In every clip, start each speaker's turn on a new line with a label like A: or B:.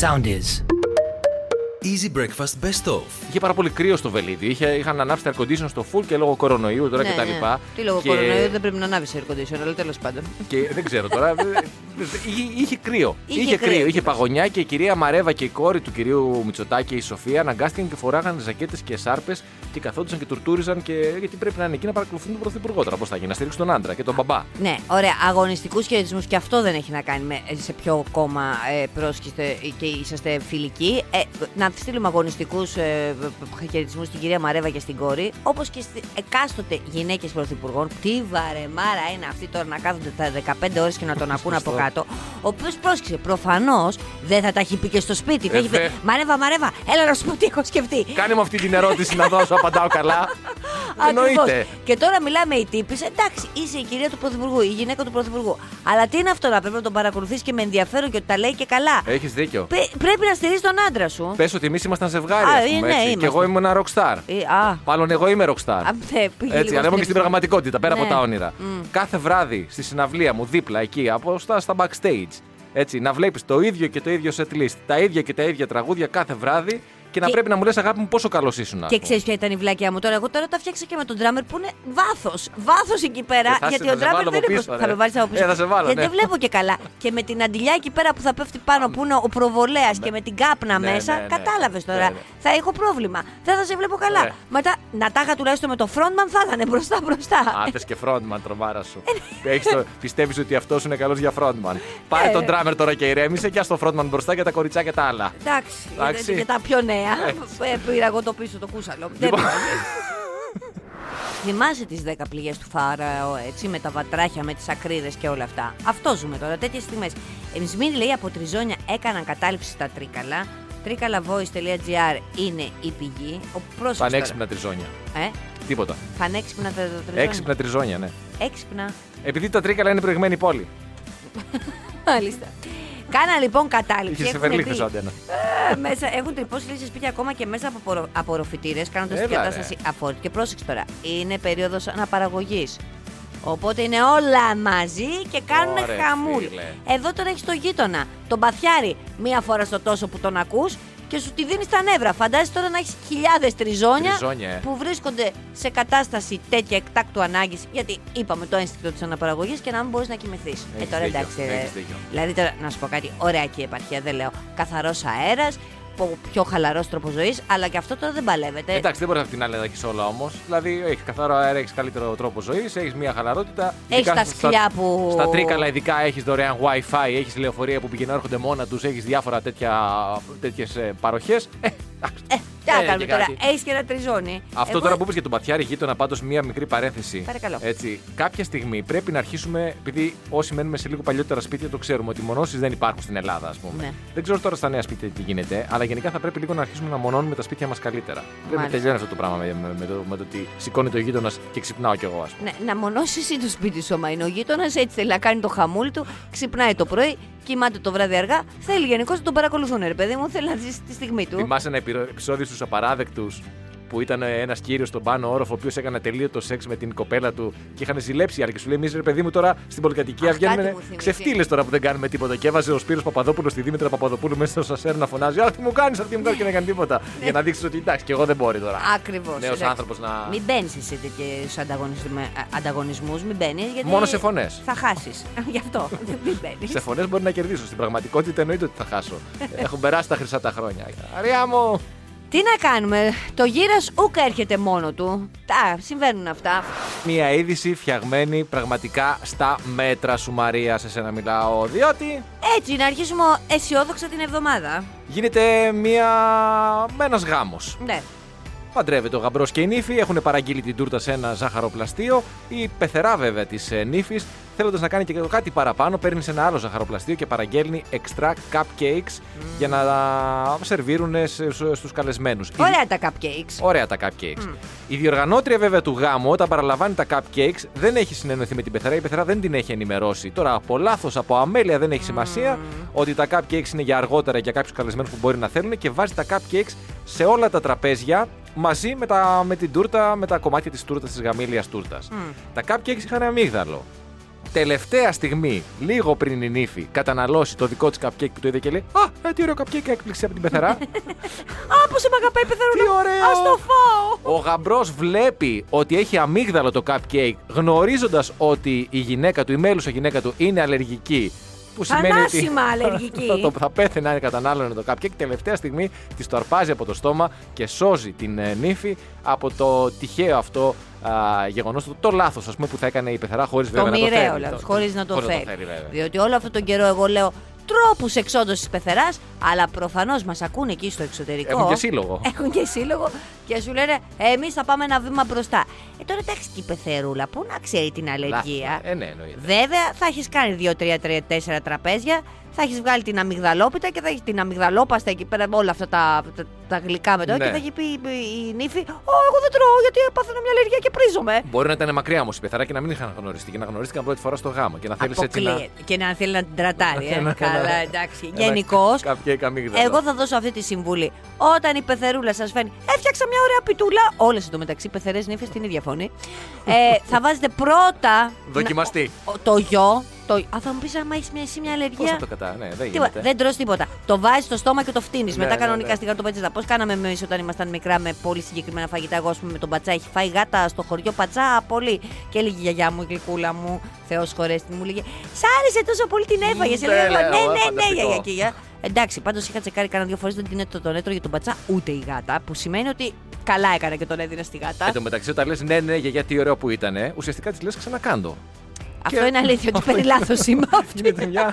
A: Sound is.
B: Easy Breakfast Best Of.
C: Είχε πάρα πολύ κρύο στο βελίδι. Είχε, είχαν ανάψει τα air condition στο full και λόγω κορονοϊού τώρα κτλ.
D: Ναι, Τι λόγω κορονοϊού δεν πρέπει να ανάβεις air conditioner, αλλά τέλος πάντων.
C: Και δεν ξέρω τώρα. δε- είχε, είχε κρύο.
D: Είχε κρύο,
C: κρύο, είχε
D: κοίταξε.
C: παγωνιά και η κυρία Μαρέβα και η κόρη του κυρίου Μητσοτάκη, η Σοφία, αναγκάστηκαν και φοράγαν ζακέτες και σάρπες και καθόντουσαν και τουρτούριζαν και γιατί πρέπει να είναι εκεί να παρακολουθούν τον πρωθυπουργό τώρα. Πώς θα γίνει, να στηρίξουν τον άντρα και τον μπαμπά.
D: Ναι, ωραία. Αγωνιστικούς χαιρετισμούς και αυτό δεν έχει να κάνει με ε, σε ποιο κόμμα ε, πρόσκειστε και είσαστε φιλικοί. Ε, να στείλουμε αγωνιστικούς ε, χαιρετισμούς στην κυρία Μαρέβα και στην κόρη, όπως και στι εκάστοτε γυναίκες πρωθυπουργών. Τι βαρεμάρα είναι αυτή τώρα να κάθονται τα 15 ώρες και να τον ακούν από κάτω. Ο οποίος πρόσκησε. Προφανώς δεν θα τα έχει πει και στο σπίτι. Θα
C: Ε,
D: έχει πει,
C: βε.
D: Μαρέβα, Μαρέβα, έλα να σου πω τι έχω σκεφτεί.
C: Κάνε μου αυτή την ερώτηση να δώσω, απαντάω καλά.
D: Ακριβώς.
C: Εννοείται.
D: Και τώρα μιλάμε η τύπη. Εντάξει, είσαι η κυρία του Πρωθυπουργού, η γυναίκα του Πρωθυπουργού. Αλλά τι είναι αυτό να πρέπει να τον παρακολουθείς και με ενδιαφέρον και ότι τα λέει και καλά.
C: Έχεις δίκιο.
D: Πε- πρέπει να στηρίζεις τον άντρα σου.
C: Ε- Πες ότι εμείς ήμασταν ζευγάρι.
D: Α,
C: ας πούμε,
D: ναι,
C: έτσι. Και
D: ήμασταν.
C: εγώ ήμουν ένα rockstar.
D: Ε, α,
C: Μάλλον εγώ είμαι rockstar.
D: α, ναι, πήγε
C: Έτσι,
D: λίγο
C: ανέβω και στην
D: στρέψη.
C: πραγματικότητα, πέρα από
D: Ναι.
C: τα όνειρα.
D: Μμ.
C: Κάθε βράδυ στη συναυλία μου, δίπλα εκεί, από στα, στα backstage. Έτσι, να βλέπεις το ίδιο και το ίδιο set list, τα ίδια και τα ίδια τραγούδια κάθε βράδυ και να
D: Και-
C: πρέπει να μου λες αγάπη μου πόσο καλός ήσουν. ας
D: Και
C: πούμε.
D: ξέρεις ποια ήταν η βλακιά μου τώρα. Εγώ τώρα τα φτιάξα και με τον ντράμερ που είναι βάθος. Βάθος εκεί πέρα.
C: Ε, θα σε-
D: γιατί
C: θα
D: ο
C: σε βάλω
D: ντράμερ δεν
C: από
D: είναι.
C: πίσω,
D: προσ-
C: ρε.
D: Θα με βάλεις από πίσω.
C: Ε, θα σε βάλω,
D: γιατί
C: ναι.
D: δεν βλέπω και καλά. Και με την αντιλιά εκεί πέρα που θα πέφτει πάνω που είναι ο προβολέας και με την κάπνα
C: Ναι,
D: μέσα.
C: ναι, ναι.
D: Κατάλαβες τώρα.
C: Ναι, ναι.
D: Θα έχω πρόβλημα. Δεν θα σε βλέπω καλά.
C: Ναι.
D: Μετά να τα είχα τουλάχιστον με το frontman θα ήταν μπροστά μπροστά.
C: Άτες και frontman, τρομάρα σου.
D: Ε,
C: Έχεις το... Πιστεύεις ότι αυτός είναι καλός για frontman. Πάρε
D: ναι. Ε.
C: τον drummer τώρα και ηρέμησε και ας το frontman μπροστά για τα κοριτσάκια τα άλλα.
D: Εντάξει,
C: Εντάξει.
D: γιατί και τα πιο νέα. Ε, Πήρα εγώ το πίσω το κούσαλο. Δεν
C: Λοιπόν.
D: πειράζει. Θυμάσαι τι 10 πληγές του Φάραω, έτσι, με τα βατράχια, με τις ακρίδες και όλα αυτά. Αυτό ζούμε τώρα, τέτοιες στιγμές. Εμεί μην λέει από τριζόνια έκαναν κατάληψη στα τρίκαλα. Τρίκαλαβόη.gr είναι η πηγή. Ο πρόσωπο.
C: Πανέξυπνα τριζόνια.
D: Ε,
C: Τίποτα.
D: πανέξυπνα τα τα τριζόνια.
C: Έξυπνα τριζόνια, ναι.
D: Έξυπνα.
C: Επειδή τα τρίκαλα είναι προηγμένη πόλη.
D: Μάλιστα. Κάνα λοιπόν κατάληψη.
C: Είχε σε
D: Έχουνε
C: Βερολίνο
D: πει-
C: σαν αντένα.
D: Ε, μέσα, έχουν τρυπώσει λύσει σπίτια ακόμα και μέσα από απορρο, απορροφητήρε, κάνοντα την
C: Έλα,
D: κατάσταση αφόρητη. Και πρόσεξε τώρα, είναι περίοδος αναπαραγωγής. Οπότε είναι όλα μαζί και κάνουν
C: Ωρε,
D: χαμούλη.
C: φίλε.
D: Εδώ τώρα έχει το γείτονα, τον παθιάρι, μία φορά στο τόσο που τον ακούς και σου τη δίνεις τα νεύρα. Φαντάζεσαι τώρα να έχεις χιλιάδες τριζόνια,
C: Τριζόνια, ε.
D: που βρίσκονται σε κατάσταση τέτοια εκτάκτου ανάγκης. Γιατί είπαμε το ένστικτο της αναπαραγωγής και να μην μπορείς να κοιμηθείς. Ε,
C: Έχεις
D: τώρα
C: δίκιο,
D: εντάξει. ρε.
C: έχεις δίκιο.
D: Δηλαδή τώρα να σου πω κάτι, ωραιακή επαρχία, ε, δεν λέω. Καθαρός αέρας, πιο χαλαρός τρόπος ζωής, αλλά και αυτό τώρα δεν παλεύεται.
C: Εντάξει, δεν μπορεί από την άλλη να τα έχεις όλα όμως. Δηλαδή, έχεις καθαρό αέρα, έχεις καλύτερο τρόπο ζωής, έχεις μια χαλαρότητα.
D: Έχεις
C: Ειδικά
D: τα σκυλιά που-
C: Στα τρίκαλα, ειδικά έχεις δωρεάν WiFi, έχεις λεωφορεία που πηγαίνουν έρχονται μόνα τους, έχεις διάφορα τέτοιε παροχές.
D: Ε, τι να
C: Ε,
D: κάνουμε
C: και
D: τώρα,
C: κάτι.
D: έχεις και ένα τριζόνι.
C: Αυτό
D: Εγώ-
C: τώρα που είπες για τον Πατιάρη γείτονα, πάντως μία μικρή παρένθεση.
D: Παρακαλώ.
C: Έτσι, κάποια στιγμή πρέπει να αρχίσουμε, επειδή όσοι μένουμε σε λίγο παλιότερα σπίτια το ξέρουμε ότι μονώσεις δεν υπάρχουν στην Ελλάδα, ας πούμε.
D: Ναι.
C: Δεν ξέρω τώρα στα νέα σπίτια τι γίνεται, αλλά γενικά θα πρέπει λίγο να αρχίσουμε να μονώνουμε τα σπίτια μας καλύτερα. Πρέπει να
D: Μάλιστα.
C: τελειώνει αυτό το πράγμα με, με, με το, με το ότι σηκώνει το γείτονα και ξυπνάω κι εγώ, ας πούμε.
D: Ναι, να μονώσεις εσύ το σπίτι σου, άμα είναι ο γείτονας, έτσι θέλει να κάνει το χαμούλι του, ξυπνάει το πρωί, κοιμάται το βράδυ αργά. Θέλει γενικώς να τον παρακολουθούν, ρε παιδί μου, θέλει να ζήσει τη στιγμή του.
C: Θυμάσαι ένα επιρο- επεισόδιο στους απαράδεκτους που ήταν ένας κύριος στον πάνω όροφο, ο οποίος έκανε τελείωτο σεξ με την κοπέλα του και είχαν ζηλέψει οι άλλοι. Και Σου λέει: Εμεί ρε παιδί μου τώρα στην πολυκατοικία
D: Αχ, κάτι
C: βγαίνουμε
D: μου θυμίζει.
C: ξεφτύλες τώρα που δεν κάνουμε τίποτα. Και έβαζε ο Σπύρος Παπαδόπουλο στη Δήμητρα Παπαδοπούλου μέσα στο σασέρ να φωνάζει: Α, τι μου κάνεις αυτή μου κάνεις και να κάνει τίποτα. Για να δείξεις ότι εντάξει, και εγώ δεν μπορεί τώρα.
D: Ακριβώς.
C: Νέος άνθρωπος να.
D: Μην μπαίνεις σε τέτοιου ανταγωνισμούς, μην μπαίνεις. Γιατί
C: Μόνο σε φωνές.
D: Θα χάσεις. Γι' αυτό. μην μπαίνεις.
C: Σε φωνές μπορεί να κερδίσω. Στην πραγματικότητα εννοείται ότι θα χάσω. Έχουν περάσει τα χρυσά τα χρόνια. Αριά μου!
D: Τι να κάνουμε, το γύρας ούκα έρχεται μόνο του. Τα συμβαίνουν αυτά.
C: Μια είδηση φτιαγμένη πραγματικά στα μέτρα σου, Μαρία. Σε σένα μιλάω. Διότι
D: Έτσι, να αρχίσουμε αισιόδοξα την εβδομάδα.
C: γίνεται μια... ένας γάμος.
D: Ναι.
C: Παντρεύεται ο γαμπρός και η νύφη, έχουν παραγγείλει την τούρτα σε ένα ζαχαροπλαστείο. Η πεθερά βέβαια της νύφης, θέλοντας να κάνει και κάτι παραπάνω, παίρνει σε ένα άλλο ζαχαροπλαστείο και παραγγέλνει extra cupcakes για να σερβίρουν στου καλεσμένου.
D: Ωραία τα cupcakes.
C: Ωραία τα cupcakes. Η διοργανώτρια βέβαια του γάμου, όταν παραλαμβάνει τα cupcakes, δεν έχει συνενωθεί με την πεθερά. Η πεθερά δεν την έχει ενημερώσει. Τώρα, από λάθος, από αμέλεια δεν έχει σημασία ότι τα cupcakes είναι για αργότερα για κάποιους καλεσμένους που μπορεί να θέλουν και βάζει τα cupcakes σε όλα τα τραπέζια μαζί με, τα, με την τούρτα, με τα κομμάτια της τούρτας, της γαμήλιας τούρτας. Τα cupcakes είχαν αμύγδαλο. τελευταία στιγμή, λίγο πριν η νύφη, καταναλώσει το δικό της cupcake που το είδε και λέει Α, ε, τι ωραίο cupcake έκπληξη από την πεθερά.
D: Α, πόσο με αγαπάει,
C: Τι
D: πεθαίνω.
C: ωραίο!
D: Ας το φάω.
C: Ο γαμπρός βλέπει ότι έχει αμύγδαλο το cupcake, γνωρίζοντας ότι η γυναίκα του, η μέλουσα γυναίκα του, είναι αλλεργική. Που
D: Θανάσιμα αλλεργική.
C: θα, το, θα πέθαινε αν κατανάλωνε το cupcake. Τελευταία στιγμή τη το αρπάζει από το στόμα και σώζει την ε, νύφη από το τυχαίο αυτό α, γεγονός, το, το λάθος ας πούμε που θα έκανε η πεθερά χωρίς
D: Το
C: βέβαια να το θέλει.
D: μοιραίο λάθο, χωρίς να το
C: χωρίς
D: θέλει.
C: βέβαια.
D: Διότι όλο αυτόν τον καιρό εγώ λέω τρόπους εξόντωσης τη πεθεράς, αλλά προφανώς μας ακούνε εκεί στο εξωτερικό.
C: Έχουν και σύλλογο.
D: Έχουν και σύλλογο και σου λένε Εμείς θα πάμε ένα βήμα μπροστά. Ε, τώρα εντάξει και η πεθερούλα, πού να ξέρει την αλλεργία.
C: Ε, ναι, εννοείται.
D: Βέβαια, θα έχεις κάνει 2-3-4 τραπέζια, θα έχεις βγάλει την αμυγδαλόπιτα και θα έχεις την αμυγδαλόπαστα εκεί πέρα, όλα αυτά τα, τα, τα γλυκά με το.
C: Ναι.
D: Και θα έχει πει η, η νύφη: Ω, εγώ δεν τρώω γιατί παθαίνω μια αλλεργία και πρίζομαι.
C: Μπορεί να ήταν μακριά όμως η πεθερά και να μην είχαν γνωριστεί και να γνωρίστηκαν πρώτη φορά στο γάμο και να θέλεις έτσι να.
D: Αποκλείεται. Και να θέλει να την τρατάρει.
C: Ένα-
D: ε.
C: ένα-
D: Καλά, εντάξει.
C: ένα
D: Γενικώ,
C: cupcake αμύγδαλο.
D: εγώ θα δώσω αυτή τη συμβουλή. Όταν η πεθερούλα σας φαίνει, έφτιαξα μια ωραία πιτούλα. Όλες εντωμεταξύ πεθερές νύφες την ίδια φωνή. Ε, θα βάζετε πρώτα.
C: Δοκιμαστεί.
D: να- ο- Το γιο. Το... Α, θα μου πεις άμα έχεις μια, εσύ μια
C: Πώς θα
D: αλλεργία.
C: το κατά, ναι, δεν
D: Τίποτα.
C: γίνεται.
D: Δεν τρως τίποτα. Το βάζεις στο στόμα και το φτύνεις.
C: Ναι,
D: Μετά
C: ναι,
D: κανονικά
C: ναι.
D: στην καρτοπατσέτα. Πώς κάναμε εμείς όταν ήμασταν μικρά με πολύ συγκεκριμένα φαγητά. Εγώ, ας πούμε, με τον πατσά έχει φάει γάτα στο χωριό πατσά πολύ. Και έλεγε η γιαγιά μου, η γλυκούλα μου, Θεός χωρέστη μου, λέγε Σ' άρεσε τόσο πολύ την έφαγε.
C: Ναι,
D: Ναι, ναι,
C: λέω, ε,
D: ναι, ναι,
C: φανταστικό.
D: γιαγιά και γιαγιά. Εντάξει, πάντως είχα τσεκάρει κανένα δύο φορές δεν την έτω- τον έτρωγε τον πατσά ούτε η γάτα. Που σημαίνει ότι καλά έκανε και τον έδινε στη γάτα.
C: Εν τω μεταξύ, όταν λες ναι, ναι, γιατί τι ωραίο που ήταν, ουσιαστικά της λες ξανακάντο.
D: Αυτό
C: και- Ναι.
D: είναι αλήθεια ότι περί λάθο είμαι. Αυτό είναι
C: Γίνεται μια.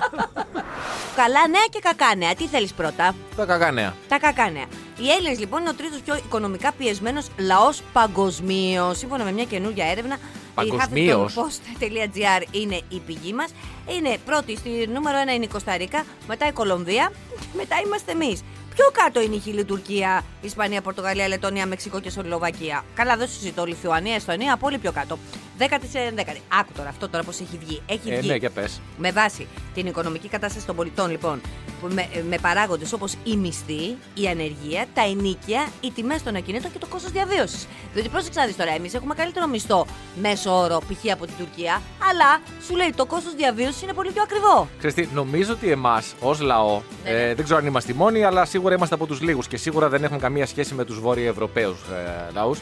D: Καλά νέα και κακά νέα. Τι θέλεις πρώτα.
C: Τα καγάνεα.
D: Τα κακά νέα. Οι Έλληνες λοιπόν είναι ο τρίτος πιο οικονομικά πιεσμένος λαός παγκοσμίως. Σύμφωνα με μια καινούργια έρευνα,
C: Παγκοσμίως.
D: η HuffingtonPost.gr είναι η πηγή μας. Είναι πρώτη, στη νούμερο ένα είναι η Κωνσταντίνα, μετά η Κολομβία, και μετά είμαστε εμείς. Πιο κάτω είναι η Χιλή, Τουρκία, Ισπανία, Πορτογαλία, Λετωνία, Μεξικό και Σλοβακία. Καλά, δεν συζητώ. Λιθουανία, Εστονία, πολύ πιο κάτω. 14 10. Άκου τώρα αυτό τώρα πώς έχει βγει. Έχει
C: Ε,
D: βγει.
C: ναι, για πες.
D: Με βάση την οικονομική κατάσταση των πολιτών, λοιπόν, που με, με παράγοντες όπως η μισθή, η ανεργία, τα ενίκια, οι τιμές των ακινήτων και το κόστος διαβίωσης. Διότι πρόσεξα να δεις τώρα, εμείς έχουμε καλύτερο μισθό μέσο όρο π.χ. από την Τουρκία, αλλά σου λέει το κόστος διαβίωσης είναι πολύ πιο ακριβό.
C: Ξέρετε, νομίζω ότι εμάς ως λαό,
D: Ναι,
C: ε,
D: ναι.
C: δεν ξέρω αν είμαστε οι μόνοι, αλλά σίγουρα είμαστε από τους λίγους και σίγουρα δεν έχουμε καμία σχέση με τους Βόρειο-Ευρωπαίου ε, λαούς.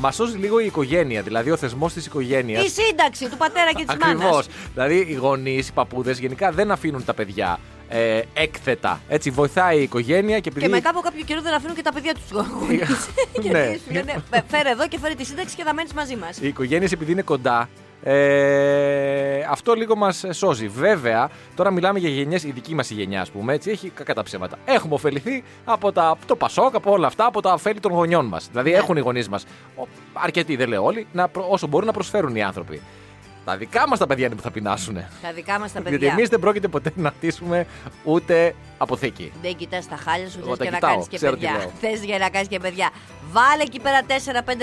C: Μα σώζει λίγο η οικογένεια, δηλαδή ο θεσμός της οικογένειας.
D: Η σύνταξη του πατέρα και της
C: Ακριβώ.
D: μάνα.
C: Δηλαδή, οι γονείς, οι παππούδες γενικά δεν αφήνουν τα παιδιά ε, έκθετα. Έτσι, βοηθάει η οικογένεια και επειδή.
D: Και μετά από κάποιο καιρό δεν αφήνουν και τα παιδιά τους γονεί.
C: Ναι.
D: Γιατί σου λένε «Φε- φέρε εδώ και φέρε τη σύνταξη και θα μένεις μαζί μας.
C: Οι οικογένειες επειδή είναι κοντά. Ε, αυτό λίγο μας σώζει. Βέβαια, τώρα μιλάμε για γενιές, η δική μας γενιά, ας πούμε, έτσι, έχει κακά τα ψέματα. Έχουμε ωφεληθεί από τα, από το Πασόκ, από όλα αυτά, από τα ωφέλη των γονιών μας.
D: Ναι.
C: Δηλαδή, έχουν οι γονείς μας, αρκετοί δεν λέω όλοι, να, προ- όσο μπορούν να προσφέρουν οι άνθρωποι. Τα δικά μας τα παιδιά είναι που θα πεινάσουν.
D: Τα δικά μας τα
C: Διότι
D: παιδιά.
C: εμείς δεν πρόκειται ποτέ να χτίσουμε ούτε αποθήκη.
D: Δεν κοιτάς τα χάλια σου,
C: Εγώ
D: θες
C: τα
D: για να
C: κοιτάω,
D: κάνεις και
C: ξέρω τι
D: παιδιά.
C: λέω.
D: Θες για να κάνεις και παιδιά. Βάλε εκεί πέρα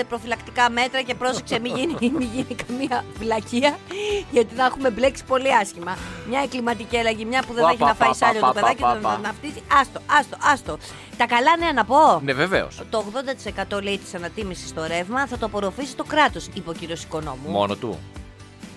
D: 4-5 προφυλακτικά μέτρα και πρόσεξε, μην γίνει, μη γίνει καμία βλακεία, γιατί θα έχουμε μπλέξει πολύ άσχημα. Μια εγκληματική έλλαγη, μια που δεν θα
C: Πα,
D: έχει
C: πα,
D: να φάει
C: πα,
D: σάλιο
C: πα,
D: το
C: πα,
D: παιδάκι,
C: πα,
D: θα
C: πα.
D: θα ναυτίσει. Άστο, άστο, άστο. Τα καλά νέα να πω.
C: Ναι, βεβαίως.
D: Το 80% λέει της ανατίμησης στο ρεύμα θα το απορροφήσει το κράτος, είπε ο κύριος Οικονόμου.
C: Μόνο του.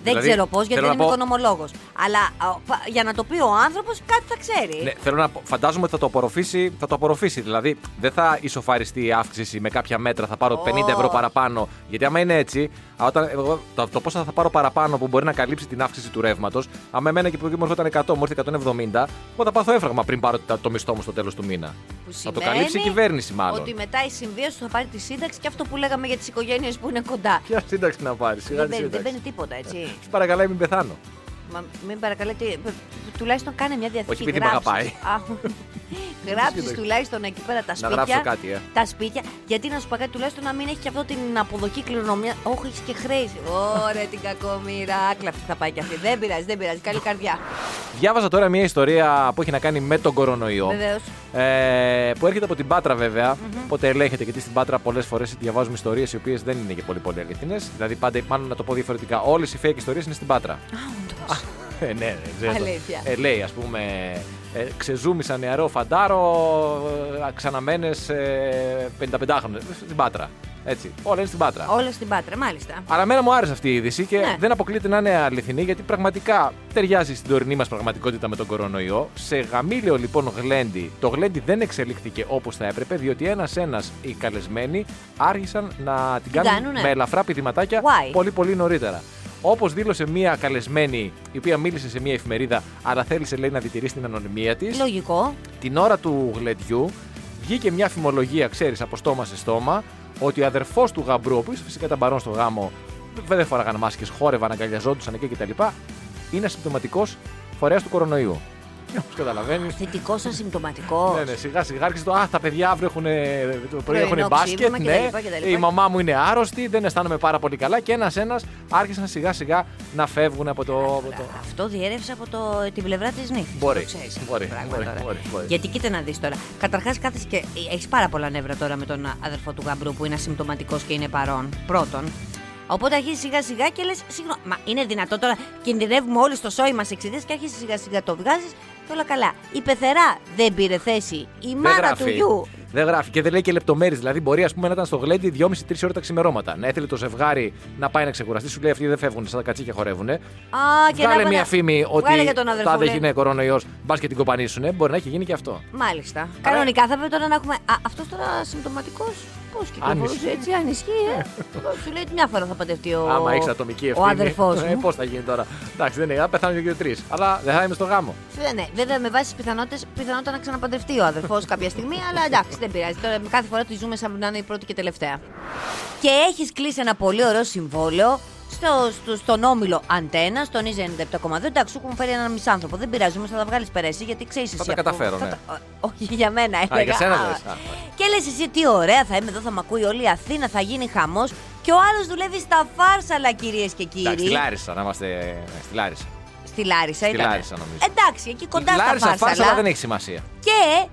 D: Δεν
C: Δηλαδή,
D: ξέρω πώς, γιατί
C: θέλω
D: δεν
C: να
D: είμαι
C: πω-
D: οικονομολόγος. Αλλά α, πα- για να το πει ο άνθρωπος, κάτι θα ξέρει.
C: Ναι, θέλω να πω- φαντάζομαι ότι θα το απορροφήσει. Θα το απορροφήσει. Δηλαδή, δεν θα ισοφαριστεί η αύξηση με κάποια μέτρα. Θα πάρω 50 ευρώ
D: Όχι.
C: παραπάνω. Γιατί άμα είναι έτσι, α, όταν, εγώ, το, το πόσα θα πάρω παραπάνω που μπορεί να καλύψει την αύξηση του ρεύματος, αν εμένα και που μου έρχονταν 100, μου έρθει 170, εγώ θα πάθω έφραγμα πριν πάρω τα- το μισθό μου στο τέλος του μήνα.
D: Που
C: Θα το
D: σημαίνει
C: καλύψει η κυβέρνηση, μάλλον.
D: Ότι μετά η συμβίωση θα πάρει τη σύνταξη και αυτό που λέγαμε για τις οικογένειες που είναι κοντά.
C: Ποια σύνταξη να πάρεις,
D: Δεν μπαίνει- δεν μπαίνει τίποτα, έτσι.
C: Τη παρακαλάει, μην πεθάνω.
D: Μα μην παρακαλείτε, π- π- τουλάχιστον κάνε μια διαθήκη.
C: Όχι επειδή μ'
D: γράψεις.
C: αγαπάει.
D: Α, Γράψεις
C: Σύνταξη.
D: τουλάχιστον εκεί πέρα τα
C: Να
D: σπίτια.
C: γράψω κάτι, ε.
D: Τα σπίτια, γιατί να σου πω κάτι, τουλάχιστον να μην έχει και αυτό την αποδοχή κληρονομιά. Όχι, έχει και χρέη. Ωραία, την κακομοίρα. Άκλαφτη θα πάει κι αυτή. Δεν πειράζει, δεν πειράζει. Καλή καρδιά.
C: Διάβαζα τώρα μια ιστορία που έχει να κάνει με τον κορονοϊό.
D: Βεβαίως.
C: Ε, που έρχεται από την Πάτρα βέβαια. Οπότε ελέγχεται γιατί στην Πάτρα πολλές φορές διαβάζουμε ιστορίες οι οποίες δεν είναι και πολύ πολύ αληθινές. Δηλαδή, πάντα, μάλλον να το πω διαφορετικά, όλες οι fake ιστορίες είναι στην Πάτρα. Ε, ναι, ναι, ξέρω.
D: Αλήθεια.
C: Ε, λέει, ας πούμε, ε, ξεζούμισα νεαρό φαντάρο, ε, ξαναμένες 55χρονε. ε, Στην Πάτρα. Έτσι. Όλα είναι στην πάτρα.
D: Όλα στην Πάτρα, μάλιστα.
C: Αλλά μένα μου άρεσε αυτή η είδηση και
D: Ναι.
C: δεν αποκλείεται να είναι αληθινή γιατί πραγματικά ταιριάζει στην τωρινή μας πραγματικότητα με τον κορονοϊό. Σε γαμήλιο λοιπόν γλέντι. Το γλέντι δεν εξελίχθηκε όπως θα έπρεπε διότι ένα-ένα οι καλεσμένοι άρχισαν να την
D: Την
C: κάνουν
D: κάνουνε.
C: με ελαφρά πηδηματάκια
D: Why?
C: πολύ πολύ νωρίτερα. Όπως δήλωσε μία καλεσμένη, η οποία μίλησε σε μία εφημερίδα, αλλά θέλησε λέει να διτηρήσει την ανωνυμία της.
D: Λογικό.
C: Την ώρα του γλεντιού βγήκε μια φημολογία, ξέρεις, από στόμα σε στόμα, ότι ο αδερφός του γαμπρού, που είσαι φυσικά ήταν παρόν στο γάμο, δεν φοράγαν μάσκες, χόρευαν, αγκαλιαζόντουσαν εκεί κτλ. Είναι συμπτωματικός φορέας του κορονοϊού. Και όπως καταλαβαίνεις.
D: Θετικό σαν συμπτωματικό.
C: Ναι, ναι, σιγά σιγά άρχισε το. Α, τα παιδιά αύριο έχουν, το πρωί
D: Πρωινό
C: έχουν μπάσκετ.
D: ξύπνημα
C: Ναι,
D: κτλ, κτλ.
C: η μαμά μου είναι άρρωστη, δεν αισθάνομαι πάρα πολύ καλά. Και ένα-ένα άρχισαν σιγά σιγά να φεύγουν από το. από το-
D: Αυτό διέρευσε από το, την πλευρά της νύχτας.
C: Μπορεί,
D: Το ξέρεις αυτό
C: μπορεί,
D: το πράγμα
C: μπορεί,
D: τώρα.
C: μπορεί, μπορεί.
D: Γιατί κοίτα να δεις τώρα. Καταρχάς, κάθεσαι και έχεις πάρα πολλά νεύρα τώρα με τον αδερφό του γαμπρού που είναι ασυμπτωματικός και είναι παρόν. Πρώτον. Οπότε αρχίζει σιγά σιγά και λες: Συγγνώμη, μα είναι δυνατό τώρα. Κινδυνεύουμε όλοι στο σόι μας εξειδέ και αρχίζει σιγά σιγά το βγάζεις και όλα καλά. Η πεθερά δεν πήρε θέση. Η
C: Δεν
D: μάνα του
C: γράφει.
D: γιου.
C: Δεν γράφει και δεν λέει και λεπτομέρειες. Δηλαδή, μπορεί ας πούμε, να ήταν στο γλέντι 2,5-3 ώρα τα ξημερώματα. Να έθελε το ζευγάρι να πάει να ξεκουραστεί. Σου λέει αυτοί δεν φεύγουν, σαν τα κατσίκια χορεύουν.
D: Α, και να
C: Βγάλε
D: πάνε-
C: μια φήμη
D: Βγάλε
C: ότι
D: για τον αδερφό,
C: θα δεν
D: λέει.
C: γίνει κορονοϊό, μπας και την κοπανίσουνε. Μπορεί να έχει γίνει και αυτό.
D: Μάλιστα. Κανονικά θα πρέπει τώρα να έχουμε. Α, αυτός τώρα συμπτωματικός. Πώς
C: ισχύει.
D: κυκλοφορούσε έτσι, αν ισχύει. ε. Σου λέει ότι μια φορά θα παντευτεί ο.
C: Άμα έχεις ατομική ευθύνη. Ε,
D: Ο αδερφό μου.
C: Πώς θα γίνει τώρα. Εντάξει, δεν είναι. Θα πεθάνουν και τρεις. Αλλά δεν θα είμαι στο γάμο.
D: Ε, ναι, βέβαια με βάση τις πιθανότητες πιθανότητα να ξαναπαντρευτεί ο αδερφός κάποια στιγμή, αλλά εντάξει δεν πειράζει. Τώρα κάθε φορά τη ζούμε σαν να είναι η πρώτη και τελευταία. Και έχεις κλείσει ένα πολύ ωραίο συμβόλαιο στο, στο- στον όμιλο Αντένα, στον Ιζε 97,2. Εντάξει, σου έχουν φέρει έναν μισάνθρωπο. Δεν πειράζει, όμω θα τα βγάλεις περέσει γιατί ξέρεις εσύ.
C: τα
D: αυτό.
C: καταφέρω,
D: Θα
C: ναι.
D: τα- Ό, Όχι για μένα, έλεγα.
C: για σένα
D: Α,
C: λες. Α,
D: Και λες εσύ τι ωραία θα είμαι εδώ, θα μ' ακούει όλη η Αθήνα, θα γίνει χαμός. Και ο άλλος δουλεύει στα φάρσαλα, κυρίες και κύριοι.
C: Εντάξει, στη Λάρισα, να είμαστε. ε, Στη Λάρισα.
D: Στη Λάρισα,
C: Στη
D: ήταν.
C: Λάρισα, νομίζω.
D: Εντάξει, εκεί κοντά
C: Η Λάρισα,
D: στα φάρσαλα.
C: φάρσαλα δεν έχει σημασία.
D: Και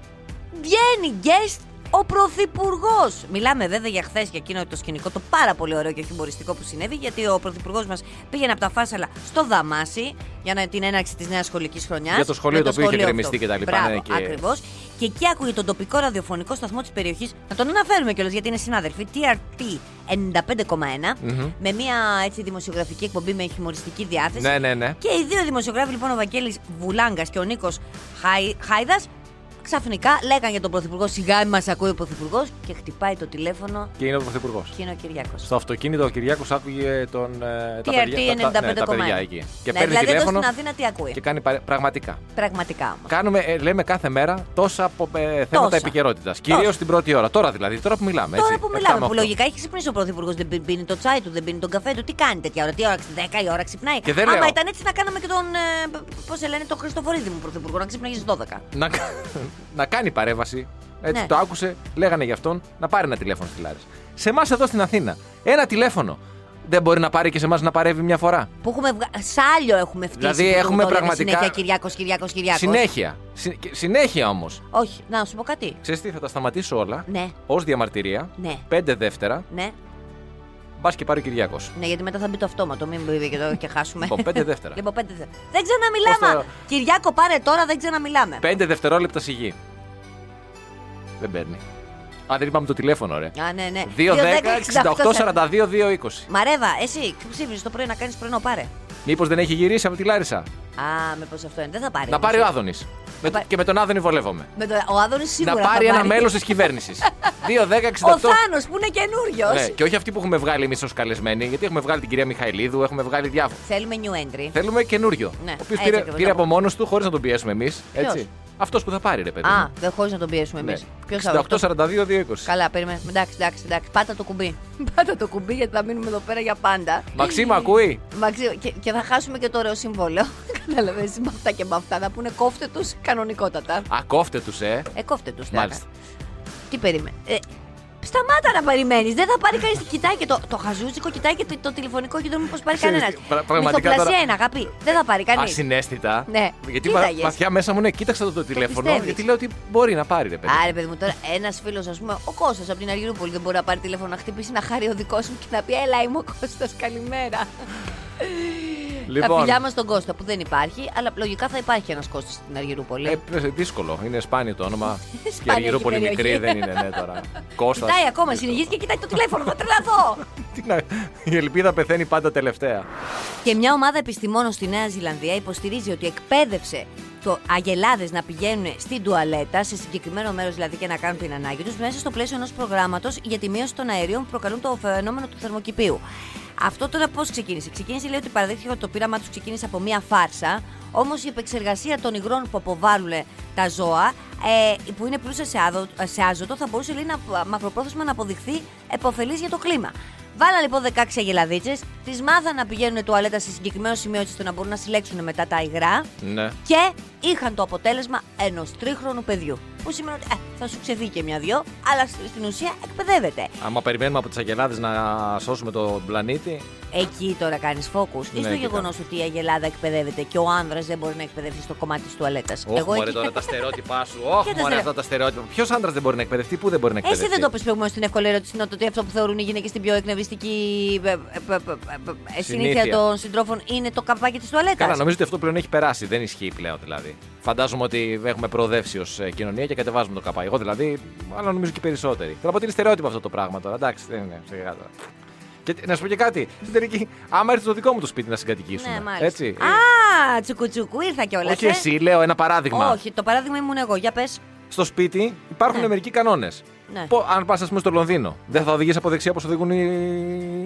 D: βγαίνει guest ο Πρωθυπουργός. Μιλάμε βέβαια για χθες για εκείνο το σκηνικό, το πάρα πολύ ωραίο και χιουμοριστικό που συνέβη, γιατί ο Πρωθυπουργός μας πήγαινε από τα Φάσαλα στο Δαμάσι για να, την έναρξη της νέας σχολικής χρονιάς.
C: Για το σχολείο το οποίο είχε γκρεμιστεί και τα λοιπά, ναι, και-
D: και... ακριβώς. Και εκεί άκουγε τον τοπικό ραδιοφωνικό σταθμό της περιοχής. Να τον αναφέρουμε κιόλας γιατί είναι συνάδελφοι. TRT 95,1.
C: Μμμ.
D: Με μια έτσι δημοσιογραφική εκπομπή με χιουμοριστική διάθεση.
C: Ναι, ναι, ναι.
D: Και οι δύο δημοσιογράφοι, λοιπόν, ο Βαγγέλης Βουλάγκας και ο Νίκος Χάιδας, ξαφνικά λέγανε για τον Πρωθυπουργό. Σιγά, μας ακούει ο Πρωθυπουργός και χτυπάει το τηλέφωνο
C: Και είναι ο Πρωθυπουργός.
D: και είναι ο Κυριακό.
C: Στο αυτοκίνητο ο Κυριάκος άκουγε τον. ε, τα, παιδιά,
D: TRT
C: τα, τα, ναι, τα
D: 95,1.
C: παιδιά εκεί. Και
D: Ναι,
C: παίρνει
D: δηλαδή, εδώ
C: τηλέφωνο
D: στην Αθήνα τι ακούει.
C: και κάνει παρε- πραγματικά.
D: Πραγματικά όμως.
C: Κάνουμε, ε, λέμε κάθε μέρα τόσα από, ε, θέματα
D: Τόσα.
C: επικαιρότητας. Κυρίως την πρώτη ώρα. Τώρα δηλαδή, τώρα που μιλάμε. Έτσι,
D: Τώρα που
C: 7
D: μιλάμε,
C: με
D: που
C: 8.
D: λογικά έχει ξυπνήσει ο Πρωθυπουργός, δεν πι- πίνει το τσάι του, δεν πίνει τον καφέ του. Τι κάνει τέτοια ώρα, τι ώρα, 10 η ώρα ξυπνάει.
C: Και δεν
D: Άμα
C: λέω.
D: ήταν έτσι, θα κάναμε και τον. Πώς σε λένε, τον Χριστοφορίδη μου Πρωθυπουργό, να ξυπνάει στις 12.
C: Να, κα- να κάνει παρέμβαση. Έτσι
D: Ναι.
C: το άκουσε, λέγανε γι' αυτόν να πάρει ένα τηλέφωνο στη Λάρη. Σε εμάς εδώ στην Αθήνα. Ένα τηλέφωνο. Δεν μπορεί να πάρει και σε εμάς να παρεύει μια φορά.
D: Που έχουμε βγα... Σάλιο έχουμε φτύσει.
C: Δηλαδή,
D: που το
C: έχουμε
D: λέμε
C: πραγματικά-
D: Συνέχεια Κυριακό, Κυριακό, Κυριακό.
C: Συνέχεια. Συ- και- συνέχεια όμως.
D: Όχι, να σου πω κάτι.
C: Ξέρεις τι, θα τα σταματήσω όλα.
D: Ναι.
C: Ως διαμαρτυρία.
D: Ναι.
C: Πέντε δεύτερα.
D: Ναι,
C: Μπας και πάρει ο Κυριακό.
D: ναι, γιατί μετά θα μπει το αυτόματο. Μην μπει και, το, και χάσουμε.
C: Λοιπόν, πέντε δεύτερα.
D: Λοιπόν, πέντε δεύτερα. Δεν ξαναμιλάμε.
C: Πώς
D: Κυριάκο, πάρε τώρα, δεν ξαναμιλάμε.
C: Πέντε δευτερόλεπτα σιγή. Δεν παίρνει. Α, δεν είπαμε το τηλέφωνο, ρε.
D: Α, ναι, ναι.
C: 2, 10, 68,
D: 40.
C: 42, 20.
D: Μαρέβα, εσύ ξύπνησε το πρωί να κάνεις πρωινό, πάρε.
C: Μήπως δεν έχει γυρίσει από τη Λάρισα.
D: Α, με πώ αυτό είναι. Δεν θα πάρει.
C: Να πάρει ο Άδωνης.
D: πάρει-
C: Και με τον Άδωνη βολεύομαι.
D: Με το... Ο Άδωνης
C: Να
D: σίγουρα. θα
C: πάρει ένα μέλος της κυβέρνησης. 2, 10, 68.
D: Ο Θάνος που είναι καινούριος.
C: Ναι, και όχι αυτή που έχουμε βγάλει εμείς ως καλεσμένοι, γιατί έχουμε βγάλει την κυρία Μιχαηλίδου, έχουμε βγάλει διάφορα.
D: Θέλουμε new entry.
C: Θέλουμε καινούριο.
D: Ναι,
C: ο οποίος
D: έτσι
C: πήρε,
D: ακριβώς,
C: πήρε
D: μπράβο.
C: από μόνος του χωρίς να τον πιέσουμε εμείς.
D: Ποιος?
C: Έτσι. Αυτός που θα πάρει, ρε παιδί.
D: Α,
C: μου.
D: δεν χωρίς να τον πιέσουμε
C: Ναι.
D: εμεί. Ποιο
C: 68, 42, 2, 20.
D: Καλά, περίμενε. Εντάξει, εντάξει, εντάξει. Πάτα το κουμπί. Πάτα το κουμπί γιατί θα μείνουμε εδώ πέρα για πάντα.
C: Μαξίμα, ακούει.
D: Μαξί- και, και θα χάσουμε και το ωραίο συμβόλαιο. Καταλαβαίνεις, με αυτά και με αυτά. Να πούνε κόφτε τους κανονικότατα.
C: Ακόφτε τους, ε.
D: Ε, κόφτε τους.
C: Μάλιστα.
D: Τι περίμενε. Ε, σταμάτα να περιμένεις. Δεν θα πάρει κανείς. Κοιτάει και το, το χαζούτσικο, κοιτάει και το, το τηλεφωνικό κέντρο. Μήπως πάρει
C: Ξέρεις,
D: κανένας.
C: πρα- πραγματικά τώρα-
D: είναι αγάπη. Δεν θα πάρει κανείς.
C: Ασυνέστητα.
D: Ναι.
C: Γιατί
D: Κοίταγες.
C: πα- βαθιά μέσα μου, ναι, κοίταξα το, το τηλέφωνο.
D: πιστεύεις.
C: γιατί λέω ότι μπορεί να πάρει, ρε παιδί.
D: Άρα, παιδί μου, τώρα ένας φίλος, ας πούμε, ο Κώστας από την Αργυρούπολη δεν μπορεί να πάρει τηλέφωνο να χτυπήσει να χάρει ο δικό μου και να πει Ελά, είμαι ο Κώστας, καλημέρα. Τα
C: Λοιπόν.
D: φιλιά μα στον Κώστα που δεν υπάρχει, αλλά λογικά θα υπάρχει ένας Κώστας στην Αργυρούπολη.
C: Ε, π- δύσκολο. Είναι σπάνιο το όνομα. και η
D: Σπάνια
C: Αργυρό
D: εκεί
C: πολύ
D: περιοχή.
C: μικρή δεν είναι, ναι, τώρα. Κώστας.
D: κοιτάει ακόμα, συνεχίζει και κοιτάει το τηλέφωνο, θα τρελαθώ!
C: Τι να- Η ελπίδα πεθαίνει πάντα τελευταία.
D: Και μια ομάδα επιστημόνων στη Νέα Ζηλανδία υποστηρίζει ότι εκπαίδευσε το αγελάδες να πηγαίνουν στην τουαλέτα, σε συγκεκριμένο μέρος δηλαδή και να κάνουν την ανάγκη τους, μέσα στο πλαίσιο ενός προγράμματος για τη μείωση των αερίων που προκαλούν το φαινόμενο του θερμοκηπίου. Αυτό τώρα πώς ξεκίνησε. Ξεκίνησε λέει ότι παραδείχθηκε ότι το πείραμα τους ξεκίνησε από μία φάρσα, όμως η επεξεργασία των υγρών που αποβάλλουν τα ζώα, ε, που είναι πλούσια σε, άδο, σε άζωτο, θα μπορούσε λέει, να, μακροπρόθεσμα να αποδειχθεί επωφελής για το κλίμα. Βάλα λοιπόν 16 αγελαδίτσε, τις μάθα να πηγαίνουν τουαλέτα σε συγκεκριμένο σημείο ώστε να μπορούν να συλλέξουν μετά τα υγρά
C: Ναι.
D: και είχαν το αποτέλεσμα ενός τρίχρονου παιδιού. Που σημαίνει ότι ε, θα σου ξεφύγει και μια-δυο, αλλά σ- στην ουσία εκπαιδεύεται.
C: Άμα περιμένουμε από τις αγελάδες να σώσουμε τον πλανήτη.
D: Εκεί τώρα κάνεις φόκου ή
C: Ναι,
D: στο
C: κοιτάω.
D: γεγονός ότι η Αγελάδα εκπαιδεύεται και ο άνδρας δεν μπορεί να εκπαιδευτεί στο κομμάτι της τουαλέτας.
C: Όχι, μωρέ τώρα τα στερεότυπά σου. Όχι,
D: τα
C: μωρέ
D: στερε-
C: αυτά τα στερεότυπα. Ποιος άντρα δεν μπορεί να εκπαιδευτεί, πού δεν μπορεί να εκπαιδευτεί.
D: Εσύ δεν το πει προηγουμένω στην εύκολη ερώτηση, είναι ότι αυτό που θεωρούν οι γυναίκες την πιο εκνευριστική ε, ε, ε, ε, ε, συνήθεια
C: Συνήθεια.
D: των συντρόφων είναι το καπάκι της τουαλέτας.
C: Καλά, νομίζω ότι αυτό πλέον έχει περάσει. Δεν ισχύει πλέον δηλαδή. Φαντάζομαι ότι έχουμε προοδεύσει ως κοινωνία και κατεβάζουμε το καπά. Εγώ δηλαδή, αλλά νομίζω και οι περισσότεροι. Θέλω να πω ότι είναι στερεότυπο αυτό το πράγμα τώρα. Εντάξει, δεν είναι σιγά τώρα. Και να σου πω και κάτι. Στην τελική, άμα έρθει στο δικό μου το σπίτι να συγκατοικήσουμε.
D: Ναι, μάλιστα.
C: έτσι.
D: Α, τσουκουτσουκού ήρθα κιόλας.
C: Όχι εσύ, λέω ένα παράδειγμα.
D: Όχι, το παράδειγμα ήμουν εγώ. Για πες.
C: Στο σπίτι υπάρχουν
D: Ναι.
C: μερικοί κανόνες.
D: Ναι.
C: Αν πας, ας πούμε, στο Λονδίνο, δεν θα οδηγείς από δεξιά όπως οδηγούν οι...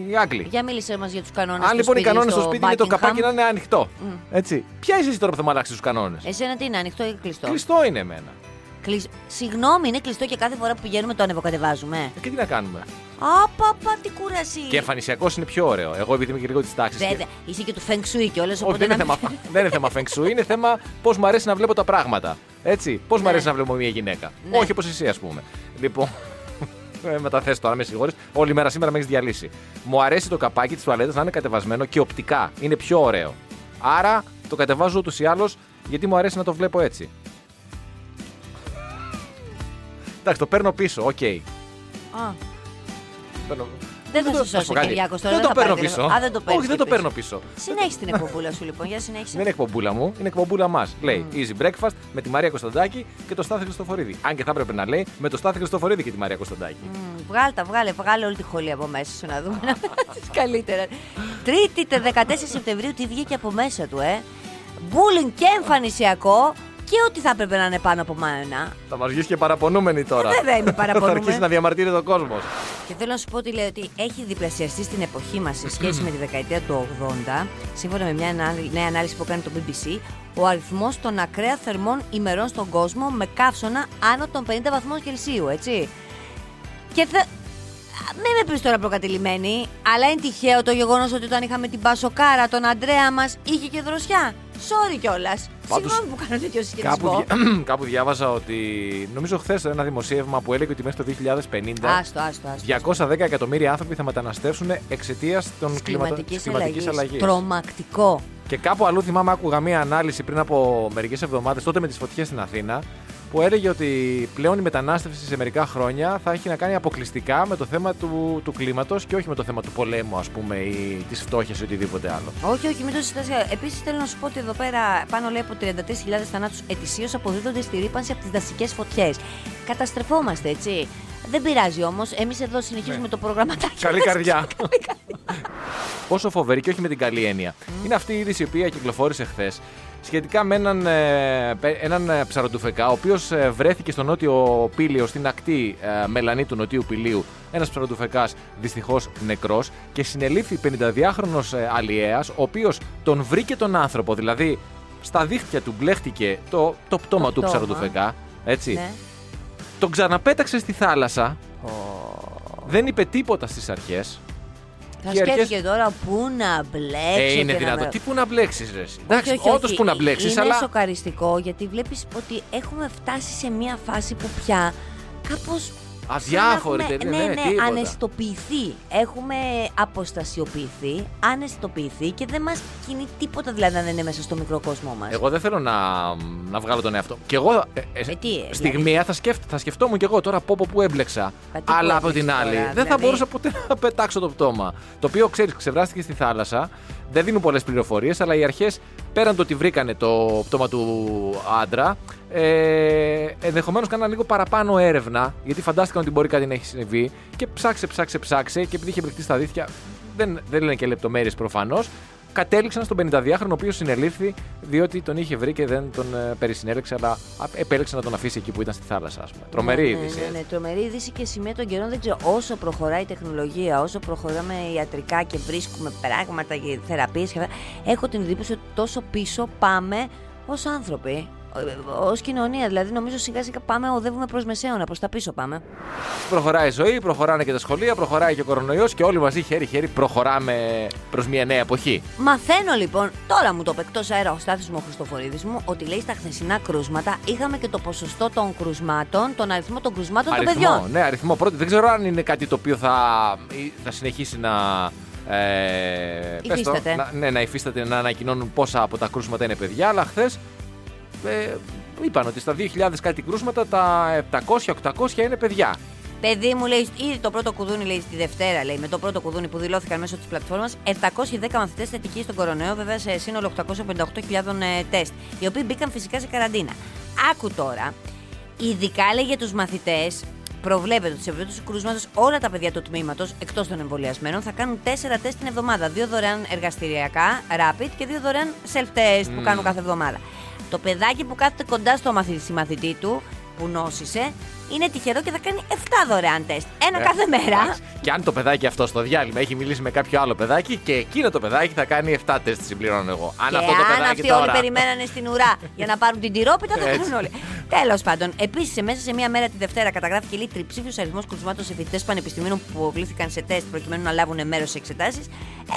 C: οι Άγγλοι.
D: Για μίλησε μας για τους κανόνες.
C: Αν λοιπόν οι κανόνες στο σπίτι είναι το καπάκι να
D: να.
C: είναι ανοιχτό.
D: Mm.
C: Έτσι. Ποια είσαι εσύ τώρα που θα μου αλλάξεις τους κανόνες.
D: Εσένα τι είναι, ανοιχτό ή κλειστό.
C: Κλειστό είναι εμένα.
D: Κλεισ- Συγγνώμη, είναι κλειστό και κάθε φορά που πηγαίνουμε το ανεβοκατεβάζουμε.
C: Ε, Και τι να κάνουμε.
D: Απαπα, τι κούραση.
C: Και εμφανισιακός είναι πιο ωραίο. Εγώ επειδή είμαι και λίγο της τάξης.
D: Βέβαια, είσαι και του Feng Shui και όλες
C: Όχι, δεν είναι, θέμα, δεν είναι θέμα feng shui, είναι θέμα πώς μου αρέσει να βλέπω τα πράγματα. Έτσι. Πώς μου
D: Ναι.
C: αρέσει να βλέπω μια γυναίκα.
D: Ναι.
C: Όχι όπως εσύ, ας πούμε. Λοιπόν. ε, με τα θες τώρα, με συγχωρείς. Όλη μέρα σήμερα με έχεις διαλύσει. Μου αρέσει το καπάκι της τουαλέτας να είναι κατεβασμένο και οπτικά. Είναι πιο ωραίο. Άρα το κατεβάζω ούτως ή άλλως γιατί μου αρέσει να το βλέπω έτσι. Εντάξει, το παίρνω πίσω, οκ. Παίρνω-
D: Δεν θα
C: το-
D: σε
C: σου πω
D: σώσει ο
C: κάτι.
D: Κυριάκος τώρα.
C: Δεν το
D: θα
C: παίρνω
D: πάρει
C: πίσω.
D: τηλέφωνο. Α, δεν το παίρνεις
C: Όχι, δεν το
D: πίσω.
C: παίρνω πίσω.
D: Συνέχισε την εκπομπούλα σου λοιπόν. Για συνέχισε.
C: Δεν είναι εκπομπούλα μου, είναι εκπομπούλα μας. Λέει Easy Breakfast με τη Μαρία Κωνσταντάκη και το Στάθη Χριστοφορίδη. Αν και θα έπρεπε να λέει με το Στάθη Χριστοφορίδη και τη Μαρία Κωνσταντάκη.
D: Μμμ, Βγάλε τα, βγάλε, βγάλε όλη τη χολή από μέσα σου να δούμε να μάθεις καλύτερα. Τρίτη, τε 14 Σεπτεμβρίου, τι βγήκε από μέσα του, ε. Μπούλινγκ και εμφανισιακό και ότι θα έπρεπε να είναι πάνω από μένα.
C: Θα μας βγει και παραπονούμενη τώρα.
D: Ε, βέβαια είμαι
C: θα
D: παραπονούμενη.
C: αρχίσει να διαμαρτύρεται ο κόσμος.
D: Και θέλω να σου πω ότι λέει ότι έχει διπλασιαστεί στην εποχή μας σε σχέση με τη δεκαετία του 80, σύμφωνα με μια ανάλυ- νέα ανάλυση που κάνει το BBC, ο αριθμός των ακραία θερμών ημερών στον κόσμο με καύσωνα άνω των 50 βαθμών Κελσίου, έτσι. Και θε... Μην με πεις τώρα προκατηλημένη, αλλά είναι τυχαίο το γεγονός ότι όταν είχαμε την Πασοκάρα, τον Αντρέα μας, είχε και δροσιά. Sorry κιόλας.
C: Πάντως,
D: Συγγνώμη που κάνω τέτοιο
C: Κάπου,
D: συσχετισμό.
C: δια- κάπου διάβαζα ότι. Νομίζω χθες ένα δημοσίευμα που έλεγε ότι μέσα στο 2050.
D: Άστο, άστο, άστο.
C: 210 εκατομμύρια άνθρωποι θα μεταναστεύσουν εξαιτίας των
D: Της
C: κλιματα...
D: κλιματικής
C: κλιματικής
D: αλλαγής.
C: αλλαγής.
D: Τρομακτικό.
C: Και κάπου αλλού θυμάμαι άκουγα μία ανάλυση πριν από μερικές εβδομάδες, τότε με τις φωτιές στην Αθήνα, που έλεγε ότι πλέον η μετανάστευση σε μερικά χρόνια θα έχει να κάνει αποκλειστικά με το θέμα του, του κλίματος και όχι με το θέμα του πολέμου, ας πούμε, ή της φτώχειας ή οτιδήποτε άλλο.
D: Όχι, όχι, μην το συζητάς. Επίσης, θέλω να σου πω ότι εδώ πέρα πάνω λέει από 33.000 θανάτους ετησίως αποδίδονται στη ρήπανση από τις δασικές φωτιές. Καταστρεφόμαστε, έτσι. Δεν πειράζει όμως. Εμείς εδώ συνεχίζουμε το προγραμματάκι.
C: Ναι. Καλή
D: μας.
C: καρδιά. Mm. Πόσο φοβερή και όχι με την καλή έννοια. Είναι αυτή η είδηση η οποία κυκλοφόρησε χθες σχετικά με έναν, ε, πε- έναν ε, ψαροντουφεκά, ο οποίος βρέθηκε στο νότιο πύλιο, στην ακτή ε, μελανή του νοτίου πηλίου. Ένα ψαροντουφεκά δυστυχώς νεκρός και συνελήφθη 52χρονο αλλιέας, ο οποίος τον βρήκε τον άνθρωπο, δηλαδή στα δίχτυα του μπλέχτηκε το, το πτώμα του
D: πτώμα.
C: ψαροντουφεκά. Έτσι.
D: Ναι.
C: Τον ξαναπέταξε στη θάλασσα. Δεν είπε τίποτα στις αρχές.
D: Θα
C: Οι αρχές-
D: σκέφτηκε τώρα πού να μπλέξω.
C: Ε, είναι
D: και να
C: δυνατό.
D: με-
C: Τι που να μπλέξεις, ρε. εσύ.
D: Όχι,
C: Εντάξει,
D: όχι,
C: όντως
D: όχι.
C: που να
D: Ε,
C: μπλέξεις,
D: Είναι
C: αλλά.
D: σοκαριστικό γιατί βλέπεις ότι έχουμε φτάσει σε μια φάση που πια κάπως.
C: Αδιάφορη
D: Σαν να
C: τελείως,
D: έχουμε-
C: ναι,
D: Ναι, ναι,
C: τίποτα.
D: αναισθητοποιηθεί. Έχουμε αποστασιοποιηθεί, αναισθητοποιηθεί και δεν μας κινεί τίποτα δηλαδή αν δεν είναι μέσα στο μικρό κόσμο μας.
C: Εγώ δεν θέλω να, να βγάλω τον εαυτό. μου. Κι εγώ ε, ε,
D: Ε, τι, ε,
C: στιγμία θα, σκέφ, θα σκεφτόμουν κι εγώ τώρα από που έμπλεξα.
D: Μα τι
C: Αλλά
D: που
C: από την
D: έμπλεξες
C: άλλη,
D: τώρα,
C: δεν θα
D: δηλαδή.
C: μπορούσα ποτέ να πετάξω το πτώμα. Το οποίο ξέρεις, ξεβράστηκε στη θάλασσα. Δεν δίνουν πολλές πληροφορίες, αλλά οι αρχές πέραν το ότι βρήκανε το πτώμα του άντρα, ε, ενδεχομένως κάναν λίγο παραπάνω έρευνα, γιατί φαντάστηκαν ότι μπορεί κάτι να έχει συμβεί. Και ψάξε, ψάξε, ψάξε. Και επειδή είχε μπλεχτεί στα δίθια, δεν, δεν λένε και λεπτομέρειες προφανώς. Κατέληξαν στον 52χρονο, ο οποίος συνελήφθη διότι τον είχε βρει και δεν τον ε, περισυνέλεξε, αλλά α, επέλεξε να τον αφήσει εκεί που ήταν στη θάλασσα, ας πούμε. Τρομερή
D: ναι,
C: είδηση.
D: Ναι, ναι, τρομερή είδηση και σημεία των καιρών. Δεν ξέρω, όσο προχωράει η τεχνολογία, όσο προχωράμε ιατρικά και βρίσκουμε πράγματα και θεραπείες και αυτά, έχω την εντύπωση ότι τόσο πίσω πάμε ως άνθρωποι. Ως κοινωνία, δηλαδή, νομίζω σιγά σιγά πάμε, οδεύουμε προς μεσαίωνα, προς τα πίσω πάμε.
C: Προχωράει η ζωή, προχωράνε και τα σχολεία, προχωράει και ο κορονοϊός και όλοι μαζί χέρι-χέρι προχωράμε προς μια νέα εποχή.
D: Μαθαίνω λοιπόν, τώρα μου το πεκτό αέρα ο Στάθης μου ο Χριστοφορίδης μου, ότι λέει στα χθεσινά κρούσματα είχαμε και το ποσοστό των κρουσμάτων, τον αριθμό των κρουσμάτων των
C: αριθμό,
D: παιδιών.
C: ναι, αριθμό πρώτη. Δεν ξέρω αν είναι κάτι το οποίο θα, θα συνεχίσει να. Ε, πες το,
D: Υφίσταται.
C: να, ναι, να υφίσταται να ανακοινώνουν πόσα από τα κρούσματα είναι παιδιά, αλλά χθες ε, είπαν ότι στα 2.000 κάτι κρούσματα τα 700-800 είναι παιδιά.
D: Παιδί μου λέει, ήδη το πρώτο κουδούνι λέει στη Δευτέρα, λέει, με το πρώτο κουδούνι που δηλώθηκαν μέσω της πλατφόρμας, 710 μαθητές θετικοί στον κορονοϊό, βέβαια σε σύνολο 858.000 ε, τεστ, οι οποίοι μπήκαν φυσικά σε καραντίνα. Άκου τώρα, ειδικά λέει για τους μαθητές, προβλέπεται ότι σε περίπτωση του κρούσματος όλα τα παιδιά του τμήματος, εκτός των εμβολιασμένων, θα κάνουν 4 τεστ την εβδομάδα. Δύο δωρεάν εργαστηριακά, rapid και δύο δωρεάν self-test που
C: Μμμ.
D: κάνουν κάθε εβδομάδα. Το παιδάκι που κάθεται κοντά στο μαθη- στη μαθητή του, που νόσησε, είναι τυχερό και θα κάνει 7 δωρεάν τεστ. Ένα
C: Ε,
D: κάθε μέρα.
C: εντάξει. Και αν το παιδάκι αυτό στο διάλειμμα έχει μιλήσει με κάποιο άλλο παιδάκι και εκείνο το παιδάκι θα κάνει 7 τεστ, συμπληρώνω εγώ. Αν
D: και
C: αυτό το
D: αν
C: παιδάκι
D: αυτοί
C: τώρα.
D: όλοι περιμένανε στην ουρά για να πάρουν την τυρόπιτα, θα
C: Έτσι.
D: κάνουν όλοι. Τέλος πάντων, επίσης μέσα σε μία μέρα τη Δευτέρα καταγράφηκε λίγο τριψήφιο αριθμός κρουσμάτων σε φοιτητές πανεπιστημίων που αποκλήθηκαν σε τεστ προκειμένου να λάβουν μέρος σε εξετάσεις.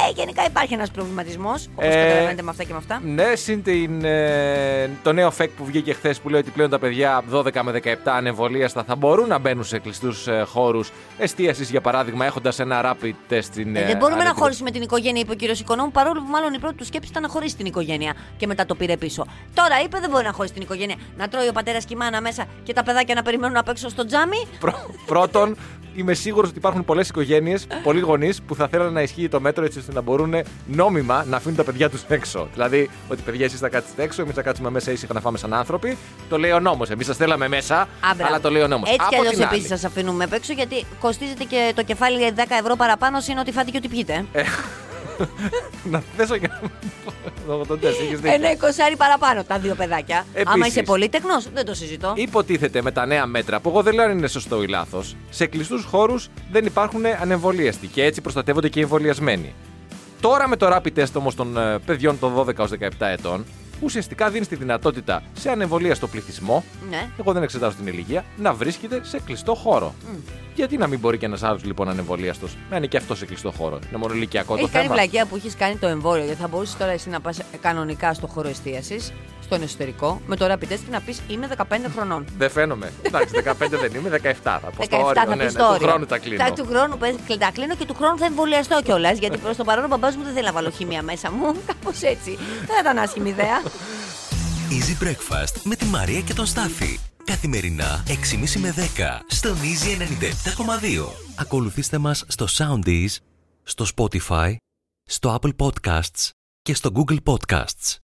D: Ε, γενικά υπάρχει ένας προβληματισμός, όπως
C: Ε,
D: καταλαβαίνετε με αυτά και με αυτά.
C: Ναι, συν την, ε, το νέο φεκ που βγήκε χθες που λέει ότι πλέον τα παιδιά 12 με 17 ανεμβολίαστα θα μπορούν να μπαίνουν σε κλειστούς ε, χώρους εστίασης, για παράδειγμα, έχοντας ένα rapid test στην.
D: Ε,
C: ε,
D: δεν μπορούμε να
C: αρνητικό.
D: χωρίσουμε την οικογένεια, είπε ο κύριος Οικονόμου, παρόλο που μάλλον η πρώτη του σκέψη ήταν να χωρίσει την οικογένεια και μετά το πήρε πίσω. Τώρα είπε δεν μπορεί να χωρίσει την οικογένεια. Να τρώει ο πατέρας και η μάνα μέσα και τα παιδάκια να περιμένουν απ' έξω στο τζάμι.
C: Πρω- πρώτον, είμαι σίγουρος ότι υπάρχουν πολλές οικογένειες, πολλοί γονείς που θα θέλουν να ισχύει το μέτρο έτσι ώστε να μπορούν νόμιμα να αφήνουν τα παιδιά τους έξω. Δηλαδή, ότι παιδιά εσείς θα κάτσετε έξω, εμείς θα κάτσουμε μέσα ήσυχα να φάμε σαν άνθρωποι. Το λέει ο νόμος. Εμείς σας θέλαμε μέσα,
D: Άμπρα.
C: αλλά το λέει ο νόμος.
D: Έτσι κι αλλιώ επίση σας αφήνουμε απ' έξω γιατί κοστίζεται και το κεφάλι για 10 ευρώ παραπάνω συν ότι φάτε και ότι πιείτε.
C: Ε,
D: Ε,
C: να θέσω για να. Το τεστ, είχες δίκιο.
D: Ένα εικοσάρι ναι, παραπάνω τα δύο παιδάκια.
C: Επίσης.
D: Άμα είσαι πολύτεκνο, δεν το συζητώ.
C: Υποτίθεται με τα νέα μέτρα, που εγώ δεν λέω αν είναι σωστό ή λάθος, σε κλειστούς χώρους δεν υπάρχουν ανεμβολίαστοι και έτσι προστατεύονται και οι εμβολιασμένοι. Τώρα με το rapid test όμως των ε, παιδιών των 12 έω 17 ετών, ουσιαστικά δίνεις τη δυνατότητα σε ανεμβολίαστο πληθυσμό,
D: Ναι.
C: εγώ δεν εξετάζω την ηλικία, να βρίσκεται σε κλειστό χώρο. Γιατί να μην μπορεί και ένας άλλος λοιπόν ανεμβολίαστο να είναι και αυτός σε κλειστό χώρο. Είναι μόνο ηλικιακό
D: Έχει
C: το
D: κάνει
C: θέμα.
D: βλακεία που έχεις κάνει το εμβόλιο. Γιατί θα μπορούσες τώρα εσύ να πας κανονικά στο χώρο εστίασης, στον εσωτερικό, με το rapid test και να πεις Είμαι 15 χρονών.
C: Δεν φαίνομαι. Εντάξει, 15 δεν είμαι, 17 θα πω.
D: 17
C: στο όριο,
D: θα
C: ναι, ναι,
D: πει
C: του χρόνου τα κλείνω.
D: του χρόνου πες, τα κλείνω και του χρόνου θα εμβολιαστώ κιόλας. Γιατί προς το παρόν ο μπαμπάς μου δεν θέλει να βάλω χημία μέσα μου. Κάπως έτσι. Δεν ήταν άσχημη ιδέα.
B: Easy Breakfast με τη Μαρία και τον Στάφη. Καθημερινά 6.30 με 10 στον Easy 97.2. Ακολουθήστε μας στο Soundees, στο Spotify, στο Apple Podcasts και στο Google Podcasts.